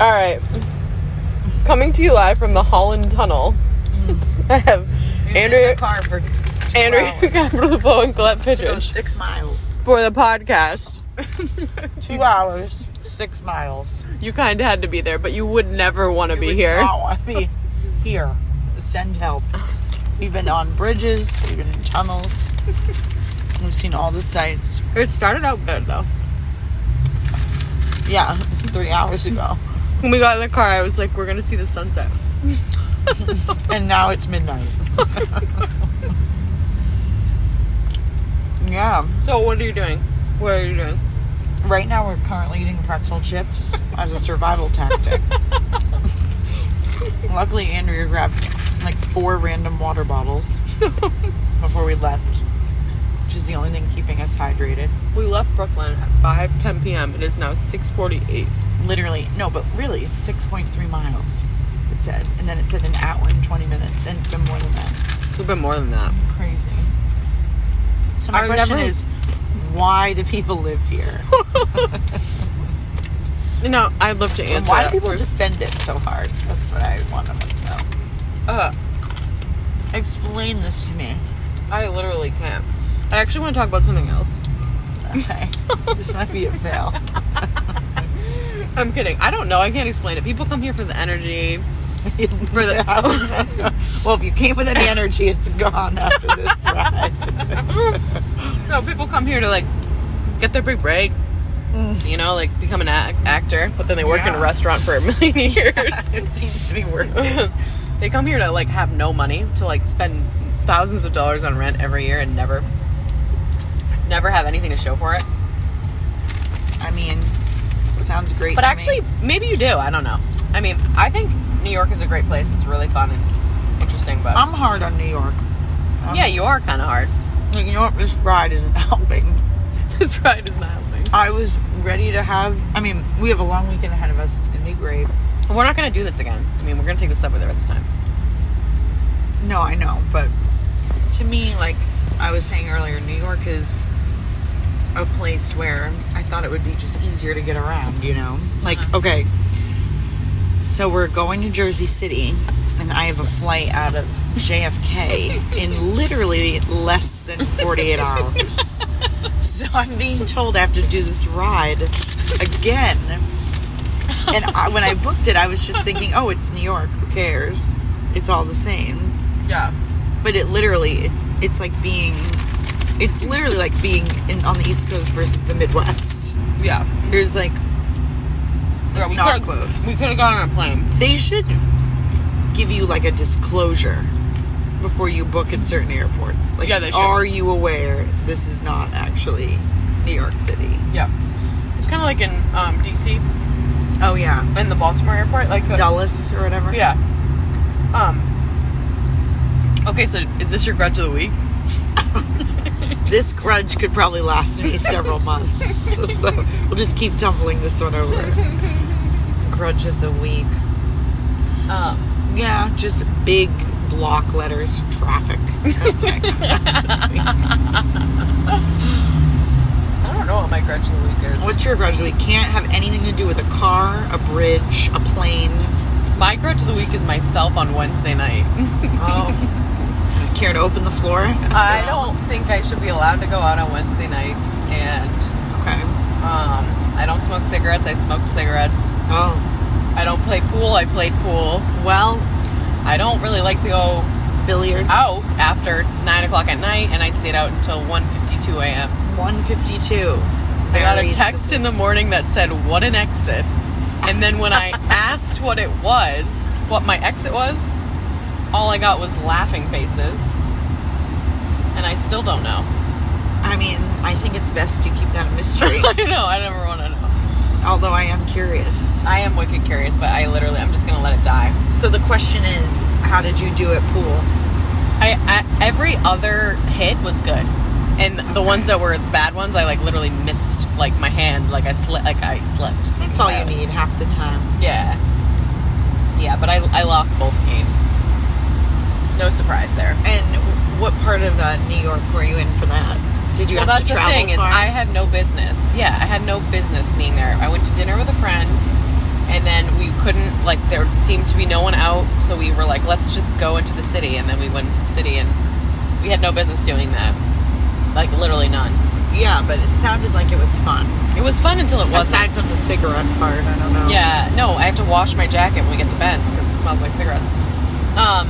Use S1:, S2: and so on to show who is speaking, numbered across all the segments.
S1: All right. Coming to you live from the Holland Tunnel. I Mm. have
S2: You've been in
S1: Andrea,
S2: the car for two
S1: Andrea
S2: hours.
S1: Capital and Colette
S2: Go
S1: Fitchers
S2: six miles.
S1: for the podcast.
S2: Two hours, six miles.
S1: You kind of had to be there, but you would never want to be here.
S2: Oh, I be here. Send help. We've been on bridges. We've been in tunnels. We've seen all the sights.
S1: It started out good though.
S2: Yeah, it was three hours ago,
S1: When we got in the car, I was like, "We're gonna see the sunset."
S2: and now it's midnight. yeah.
S1: So, what are you doing? What are you doing?
S2: Right now, we're currently eating pretzel chips as a survival tactic. Luckily, Andrea grabbed like four random water bottles before we left, which is the only thing keeping us hydrated.
S1: We left Brooklyn at 5 10 p.m. It is now 6:48.
S2: Literally, no, but really, it's 6.3 miles, it said. And then it said an hour and 20 minutes, and it's been more than that.
S1: It's a bit more than that.
S2: Crazy. So, my
S1: I
S2: question
S1: never-
S2: is why do people live here?
S1: You know, I'd love to answer.
S2: why do
S1: that
S2: people
S1: for-
S2: defend it so hard? That's what I want to know.
S1: uh,
S2: Explain this to me.
S1: I literally can't. I actually want to talk about something else.
S2: Okay. this might be a fail.
S1: I'm kidding. I don't know. I can't explain it. People come here for the energy. For the
S2: well, if you came with any energy, it's gone after this ride.
S1: no, people come here to like get their big break. You know, like become an ac- actor, but then they work in a
S2: Mm. Yeah.
S1: restaurant for a million years.
S2: it seems to be working.
S1: they come here to like have no money to like spend thousands of dollars on rent every year and never, never have anything to show for it.
S2: I mean, sounds great.
S1: But
S2: to
S1: actually,
S2: me.
S1: maybe you do. I don't know. I mean, I think New York is a great place. It's really fun and interesting. But
S2: I'm hard on New York. I'm-
S1: yeah, you are kind of hard.
S2: New York. This ride isn't helping.
S1: this ride is not helping.
S2: I was ready to have. I mean, we have a long weekend ahead of us. It's gonna be great.
S1: We're not gonna do this again. I mean, we're gonna take this up for the rest of the time.
S2: No, I know, but to me, like I was saying earlier, New York is a place where I thought it would be just easier to get around, you know? Like, okay, so we're going to Jersey City, and I have a flight out of JFK in literally less than 48 hours. So I'm being told I have to do this ride again. And I, when I booked it, I was just thinking, oh, it's New York. Who cares? It's all the same
S1: Yeah.
S2: but it literally it's it's like being it's literally like being in on the east coast versus the midwest
S1: Yeah.
S2: there's like
S1: Yeah,
S2: It's
S1: we
S2: not
S1: could've-
S2: close.
S1: We could have gone on a plane.
S2: they should give you like a disclosure before you book at certain airports like
S1: Yeah, they should.
S2: are you aware this is not actually new york city
S1: Yeah. It's kind of like in um, DC
S2: oh yeah
S1: in the Baltimore airport, like the,
S2: dulles or whatever
S1: yeah. Um. Okay, so is this your grudge of the week?
S2: this grudge could probably last me several months so we'll just keep tumbling this one over grudge of the week
S1: Um.
S2: Yeah, just big block letters, traffic. That's my grudge.
S1: I don't know what my grudge of the week is.
S2: What's your grudge? We can't have anything to do with a car, a bridge, a plane.
S1: my grudge of the week is myself on Wednesday night.
S2: Oh, care to open the floor?
S1: I don't think I should be allowed to go out on Wednesday nights, and
S2: Okay.
S1: um, I don't smoke cigarettes. I smoked cigarettes.
S2: Oh,
S1: I don't play pool. I played pool.
S2: well,
S1: I don't really like to go
S2: billiards.
S1: out after nine o'clock at night, and I stayed out until 1.52 a.m.
S2: 152.
S1: I got a text in the morning that said, "What an exit!" And then when I asked what it was, what my exit was, all I got was laughing faces, and I still don't know.
S2: I mean, I think it's best you keep that a mystery.
S1: I know. I never want to know.
S2: although I am curious.
S1: I am wicked curious, but I literally, I'm just gonna let it die.
S2: So the question is, how did you do at pool?
S1: I, I every other hit was good, and the ones that were bad ones, I like literally missed like my hand, like I slipped, like I slipped.
S2: That's all you
S1: Entirely.
S2: need half the time.
S1: Yeah, yeah, but I I lost both games. No surprise there.
S2: And what part of uh, New York were you in for that? Did you
S1: well,
S2: have
S1: that's the
S2: to travel
S1: thing is
S2: far?
S1: I had no business. Yeah, I had no business being there. I went to dinner with a friend, and then we couldn't like there seemed to be no one out, so we were like, let's just go into the city, and then we went into the city, and we had no business doing that. Like literally none.
S2: yeah, but it sounded like it was fun.
S1: It was fun until it wasn't.
S2: Aside from the cigarette part, I don't know.
S1: Yeah, no, I have to wash my jacket when we get to Ben's because it smells like cigarettes. Um,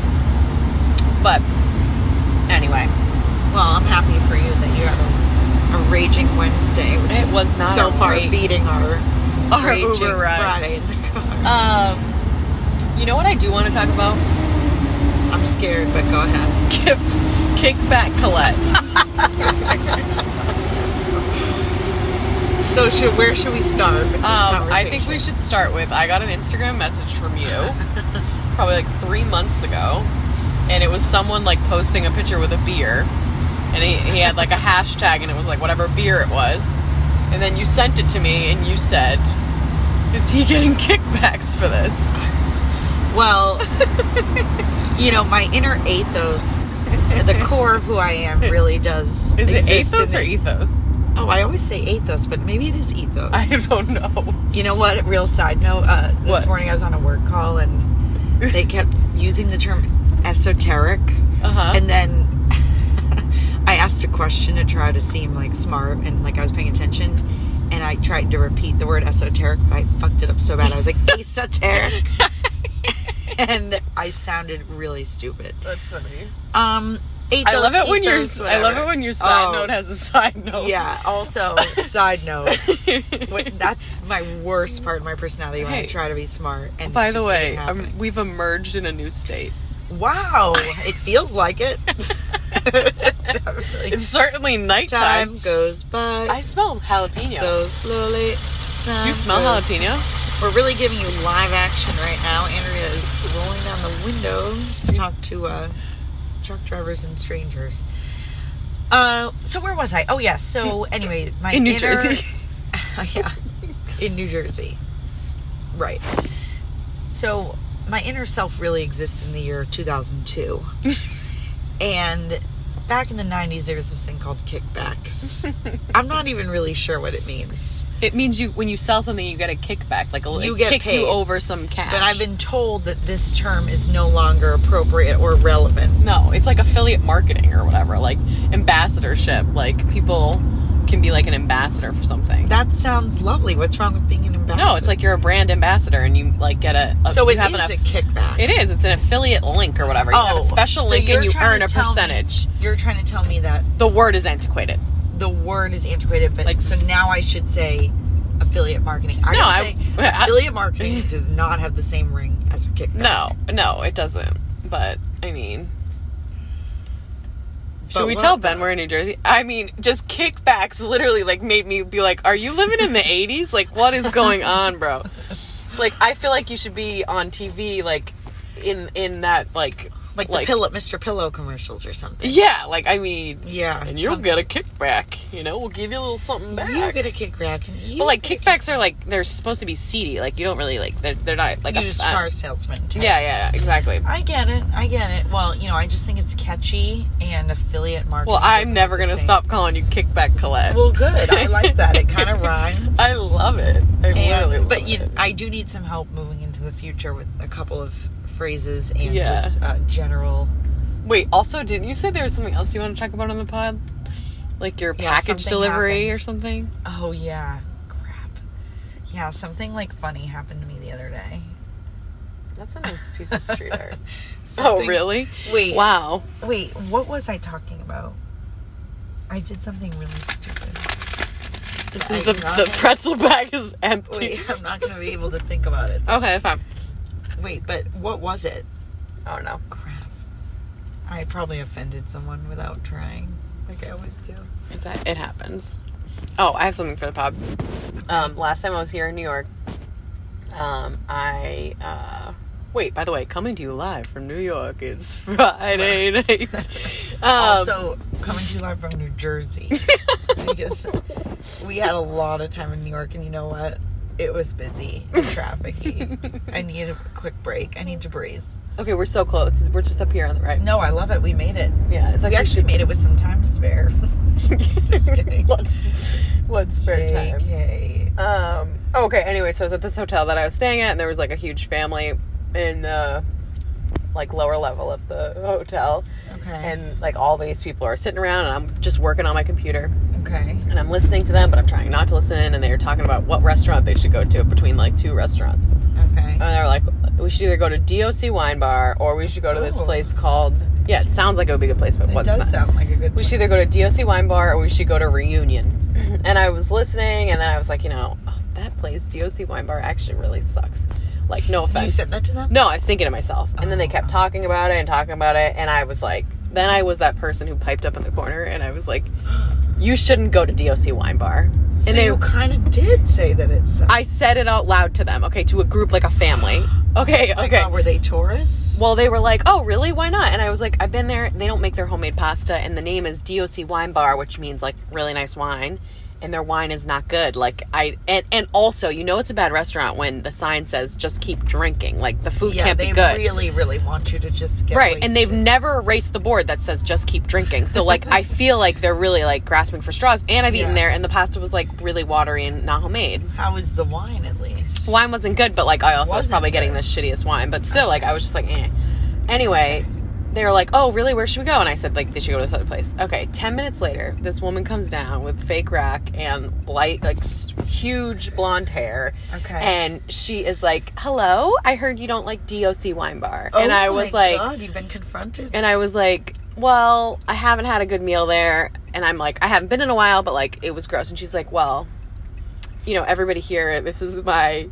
S1: but anyway,
S2: Well, I'm happy for you that you had a, a raging Wednesday, which
S1: It
S2: is
S1: was not
S2: so
S1: a
S2: far
S1: rage-
S2: beating our,
S1: Our
S2: raging
S1: Uber ride.
S2: Friday in the car.
S1: um, you know what I do want to talk about?
S2: I'm scared, but go ahead.
S1: Kick, kick back Colette.
S2: So, should, where should we start? With this
S1: Um, I think we
S2: conversation?
S1: should start with I got an Instagram message from you probably like three months ago, and it was someone like posting a picture with a beer, and he, he had like a hashtag, and it was like whatever beer it was, and then you sent it to me, and you said, "Is he getting kickbacks for this?"
S2: Well, you know, my inner athos, the core of who I am, really does.
S1: Is it
S2: exist in
S1: athos or
S2: the-
S1: ethos?
S2: Oh, I always say athos, but maybe it is ethos.
S1: I don't know.
S2: You know what? Real side note. Uh, this
S1: What?
S2: morning I was on a work call and they kept using the term esoteric,
S1: Uh-huh.
S2: and then I asked a question to try to seem like smart and like I was paying attention, and I tried to repeat the word esoteric, but I fucked it up so bad. I was like esoteric, and I sounded really stupid.
S1: That's funny.
S2: Um,
S1: I love it when your
S2: ethos,
S1: I love
S2: whatever.
S1: it when your side
S2: Oh,
S1: note has a side note.
S2: Yeah. Also, side note, what, that's my worst part of my personality when I
S1: Hey.
S2: try to be smart. And
S1: By
S2: it's
S1: the
S2: just, like,
S1: way,
S2: not
S1: um,
S2: happening.
S1: we've emerged in a new state.
S2: wow, it feels like it.
S1: It's certainly nighttime.
S2: Time goes by
S1: I smell jalapeno.
S2: so slowly.
S1: Do you smell
S2: Time goes-
S1: jalapeno?
S2: We're really giving you live action right now. Andrea is rolling down the window to talk to uh, truck drivers and strangers. Uh, so where was I? Oh yeah. So anyway, my
S1: In New
S2: inner-
S1: Jersey.
S2: yeah, in New Jersey, right. So my inner self really exists in the year 2002, and back in the 90s, there was this thing called kickbacks. I'm not even really sure what it means.
S1: It means you when you sell something, you get a kickback, like a
S2: You
S1: it
S2: get
S1: kick
S2: paid.
S1: you over some cash.
S2: But I've been told that this term is no longer appropriate or relevant.
S1: no, it's like affiliate marketing or whatever, like ambassadorship. Like people can be like an ambassador for something.
S2: That sounds lovely. What's wrong with being an ambassador?
S1: no, it's like you're a brand ambassador and you like get a, a
S2: so
S1: you
S2: it
S1: have
S2: is
S1: an
S2: a
S1: aff-
S2: kickback.
S1: It is. It's an affiliate link or whatever. You have a special
S2: so
S1: link
S2: you're
S1: and you
S2: trying
S1: earn
S2: to
S1: a
S2: tell me-
S1: percentage.
S2: you're trying to tell me that
S1: The word is antiquated.
S2: the word is antiquated, but like
S1: Like-
S2: so now I should say affiliate marketing. I
S1: No,
S2: gotta
S1: I-
S2: say,
S1: I-
S2: affiliate marketing does not have the same ring as a kickback.
S1: No, no, it doesn't. But I mean,
S2: But
S1: should we
S2: what
S1: tell
S2: the-
S1: Ben we're in New Jersey? I mean, just kickbacks literally like made me be like, "Are you living in the '80s? Like, what is going on, bro?" Like, I feel like you should be on TV, like in in that like
S2: like, the pillow, Mr. Pillow commercials or something.
S1: Yeah, like I mean,
S2: Yeah,
S1: and you'll
S2: something.
S1: get a kickback. You know, we'll give you a little something back.
S2: You get a kickback, and you
S1: but like
S2: get a
S1: kickbacks are like they're supposed to be seedy. Like you don't really like they're, they're not like
S2: kick- used
S1: uh,
S2: car salesman. Type.
S1: Yeah, yeah, yeah, exactly.
S2: I get it. I get it. Well, you know, I just think it's catchy and affiliate marketing.
S1: Well, I'm
S2: doesn't
S1: never
S2: have the
S1: gonna
S2: same-
S1: stop calling you Kickback Colette.
S2: Well, good. I like that. It kind of rhymes.
S1: I love it. I
S2: And-
S1: literally love
S2: but you,
S1: it.
S2: I do need some help moving into the future with a couple of phrases and
S1: Yeah.
S2: just uh, general.
S1: Wait, also, didn't you say there was something else you want to talk about on the pod? Like your
S2: Yeah,
S1: package
S2: something
S1: delivery
S2: happened.
S1: or something?
S2: Oh yeah, crap. Yeah, something like funny happened to me the other day.
S1: That's a nice piece of street art. oh,
S2: Something-
S1: really?
S2: Wait.
S1: Wow.
S2: Wait, what was I talking about? I did something really stupid.
S1: This is
S2: I'm
S1: the,
S2: not
S1: the
S2: gonna-
S1: pretzel bag is empty.
S2: Wait, I'm not gonna be able to think about it.
S1: Okay, fine.
S2: Wait, but what was it?
S1: Oh, no.
S2: Crap. I probably offended someone without trying, like I always do.
S1: It's, it happens. Oh, I have something for the pod. Um, last time I was here in New York, um, I uh, wait. By the way, coming to you live from New York. It's Friday night. Um,
S2: also, coming to you live from New Jersey because we had a lot of time in New York, and you know what? It was busy and trafficky. I need a quick break. I need to breathe.
S1: Okay, we're so close. We're just up here on the right.
S2: No, I love it. We made it.
S1: Yeah, it's
S2: We Mm-hmm. actually made it with some time to spare. Just kidding.
S1: what's what's spare time?
S2: JK.
S1: Um. Okay. Anyway, so I was at this hotel that I was staying at, and there was like a huge family in the like lower level of the hotel,
S2: Okay.
S1: and like all these people are sitting around, and I'm just working on my computer,
S2: okay.
S1: and I'm listening to them, but I'm trying not to listen, and they were talking about what restaurant they should go to between like two restaurants, and
S2: Okay.
S1: they were like, we should either go to DOC Wine Bar or we should go to this
S2: Oh.
S1: place called yeah, it sounds like it would be a good place, but
S2: it
S1: what's
S2: does
S1: not?
S2: sound like a good.
S1: we should either go to DOC Wine Bar or we should go to Reunion. and I was listening, and then I was like, you know, oh, that place, DOC Wine Bar, actually really sucks. Like, no
S2: place.
S1: offense.
S2: You said that to them.
S1: No, I was thinking to myself. And then they kept talking about it and talking about it, and I was like, then I was that person who piped up in the corner, and I was like, you shouldn't go to DOC Wine Bar. And
S2: So
S1: they,
S2: you kind of did say that it's. uh,
S1: I said it out loud to them, okay, to a group like a family.
S2: Oh
S1: Okay, okay.
S2: were they tourists?
S1: Well, they were like, "Oh, really? Why not?" And I was like, "I've been there. They don't make their homemade pasta, and the name is DOC Wine Bar, which means like really nice wine, and their wine is not good. Like I and and also, you know, it's a bad restaurant when the sign says just keep drinking. Like the food
S2: yeah,
S1: can't
S2: they
S1: be good."
S2: really, really want you to just get
S1: Right, and they've
S2: wasted.
S1: never erased the board that says just keep drinking. So like I feel like they're really like grasping for straws. And I've eaten
S2: Yeah.
S1: there, and the pasta was like really watery and not homemade.
S2: How is the wine at least?
S1: wine wasn't good, but like I also was
S2: Wasn't
S1: probably getting the
S2: good.
S1: shittiest wine. But still, like I was just like, eh. Anyway, they were like, "Oh, really? Where should we go?" And I said, "Like they should go to this other place." Okay, ten minutes later, this woman comes down with fake rack and light, like s- huge blonde hair.
S2: Okay.
S1: and she is like, "Hello, I heard you don't like DOC Wine Bar," and
S2: Oh
S1: I
S2: my
S1: was like,
S2: God, you've been confronted.
S1: and I was like, "Well, I haven't had a good meal there." And I'm like, "I haven't been in a while, but like it was gross." And she's like, "Well, you know, everybody here, this is my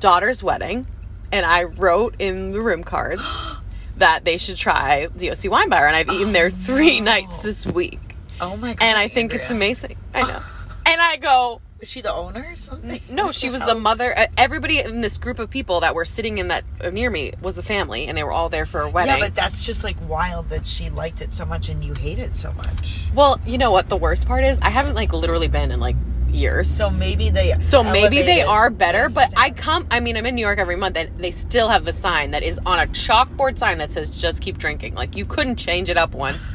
S1: daughter's wedding, and I wrote in the room cards that they should try DOC Wine Bar, and I've eaten there three nights this week,
S2: oh my god!
S1: and I think it's
S2: Andrea.
S1: amazing." I know. And I go,
S2: Was she the owner or something?
S1: no, she was the mother. uh, Everybody in this group of people that were sitting in that uh, near me was a family, and they were all there for a wedding.
S2: Yeah, but that's just like wild that she liked it so much and you hate it so much.
S1: Well, you know what the worst part is? I haven't like literally been in like years. So,
S2: So maybe they.
S1: maybe they
S2: elevated
S1: are better,
S2: their
S1: but I
S2: standard.
S1: come I mean, I'm in New York every month and they still have the sign that is on a chalkboard sign that says just keep drinking. Like you couldn't change it up once.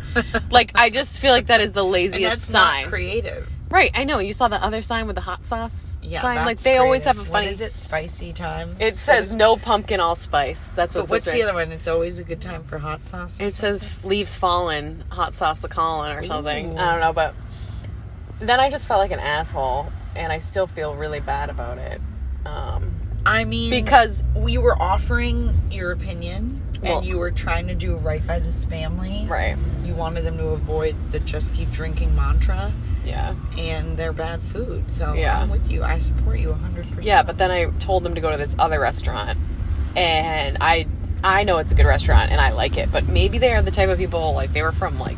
S1: like I just feel like that is the
S2: And
S1: laziest
S2: that's not
S1: sign.
S2: creative.
S1: right, I know. You saw the other sign with the hot sauce
S2: Yeah,
S1: sign like
S2: that's
S1: they always have
S2: creative.
S1: a funny
S2: What is it? Spicy time.
S1: It says no pumpkin allspice. That's what
S2: But
S1: it
S2: what's
S1: says.
S2: the
S1: right-
S2: other one? It's always a good time for hot sauce.
S1: It says leaves fallen, hot sauce a calling or something. I don't know, but then I just felt like an asshole, and I still feel really bad about it. Um,
S2: I mean,
S1: because
S2: we were offering your opinion
S1: Well-
S2: and you were trying to do right by this family.
S1: right,
S2: You wanted them to avoid the just keep drinking mantra
S1: yeah,
S2: and their bad food. So
S1: Yeah.
S2: I'm with you. I support you 100%.
S1: yeah. But then I told them to go to this other restaurant, and I I know it's a good restaurant and I like it, but maybe they are the type of people like they were from like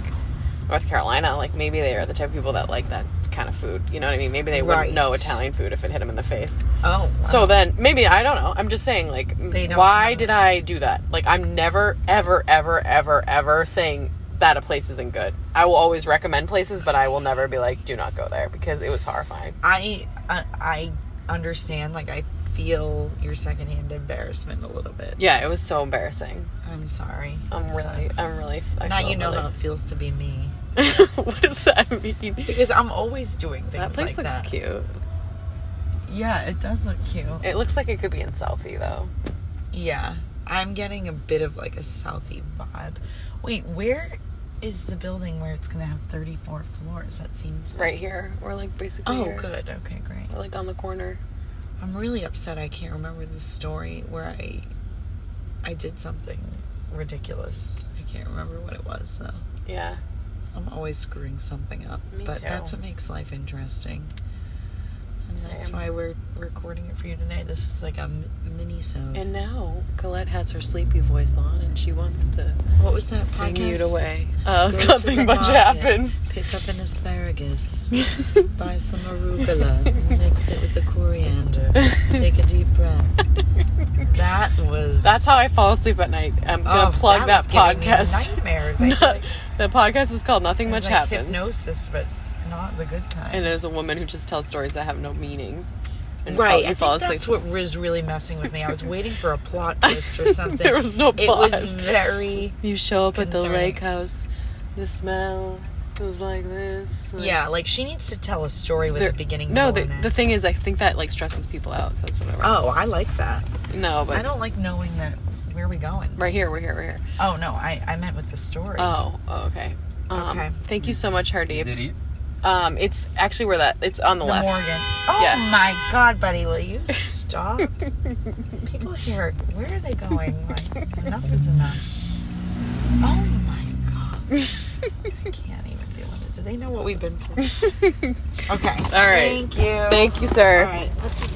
S1: North Carolina, like maybe they are the type of people that like that kind of food. You know what I mean? Maybe they
S2: Right.
S1: wouldn't know Italian food if it hit them in the face.
S2: Oh. wow.
S1: So then maybe I don't know. I'm just saying like
S2: They don't
S1: why
S2: know.
S1: did I do that? Like I'm never ever ever ever ever saying that a place isn't good. I will always recommend places, but I will never be like do not go there because it was horrifying.
S2: I, I I understand. Like I feel your secondhand embarrassment a little bit.
S1: Yeah, it was so embarrassing.
S2: I'm sorry.
S1: I'm
S2: It
S1: really
S2: sucks.
S1: I'm really I
S2: now
S1: feel
S2: you know
S1: really-
S2: how it feels to be me
S1: What does that mean?
S2: because I'm always doing things
S1: That place
S2: like
S1: looks
S2: that.
S1: cute.
S2: Yeah, it does look cute.
S1: It looks like it could be in selfie though.
S2: Yeah, I'm getting a bit of like a Southie vibe. Wait, where is the building where it's gonna have 34 floors? That seems
S1: Right here. We're like basically
S2: Oh,
S1: here.
S2: good. Okay, great.
S1: We're like on the corner.
S2: I'm really upset. I can't remember the story where I I did something ridiculous. I can't remember what it was though.
S1: Yeah.
S2: I'm always screwing something up,
S1: Me
S2: but
S1: too.
S2: that's what makes life interesting. And that's
S1: Same.
S2: why we're recording it for you tonight. This is like a mini sode.
S1: And now Colette has her sleepy voice on and she wants to
S2: what was that
S1: sing it
S2: podcast?
S1: away. Uh,
S2: Go to the
S1: nothing much
S2: market,
S1: happens.
S2: Pick up an asparagus. buy some arugula. mix it with the coriander. Take a deep breath. That was.
S1: That's how I fall asleep at night. I'm gonna
S2: Oh,
S1: plug that,
S2: was giving me
S1: podcast.
S2: Nightmares. I feel like
S1: the podcast is called Nothing
S2: it was
S1: Much
S2: like
S1: Happens,
S2: Hypnosis, but not the good kind.
S1: and it is a woman who just tells stories that have no meaning. and
S2: right.
S1: fall,
S2: I
S1: you fall
S2: think
S1: asleep.
S2: that's what was really messing with me. I was waiting for a plot twist or something.
S1: There was no
S2: It
S1: plot.
S2: was very
S1: you show up at the
S2: Concerning.
S1: lake house. The smell was like this. like-
S2: yeah. Like she needs to tell a story with
S1: There-
S2: a beginning.
S1: No,
S2: middle,
S1: the,
S2: and end.
S1: the thing is, I think that like stresses people out. So that's whatever.
S2: oh, I like that.
S1: no, but
S2: I don't like knowing that where we going.
S1: right here, we're here, we're here.
S2: Oh no, I I meant with the story.
S1: Oh, oh, okay. Um,
S2: Okay.
S1: Thank you so much, Hardeep.
S3: Is it it?
S1: Um, it's actually where that it's on the,
S2: the
S1: left.
S2: Morgan. Oh
S1: Yeah.
S2: my God, buddy, will you stop? People here, where are they going? Like enough is enough. Oh my God, I can't even deal with it. Do they know what we've been through? Okay.
S1: All right.
S2: Thank you.
S1: Thank you, sir.
S2: All right. Put this in.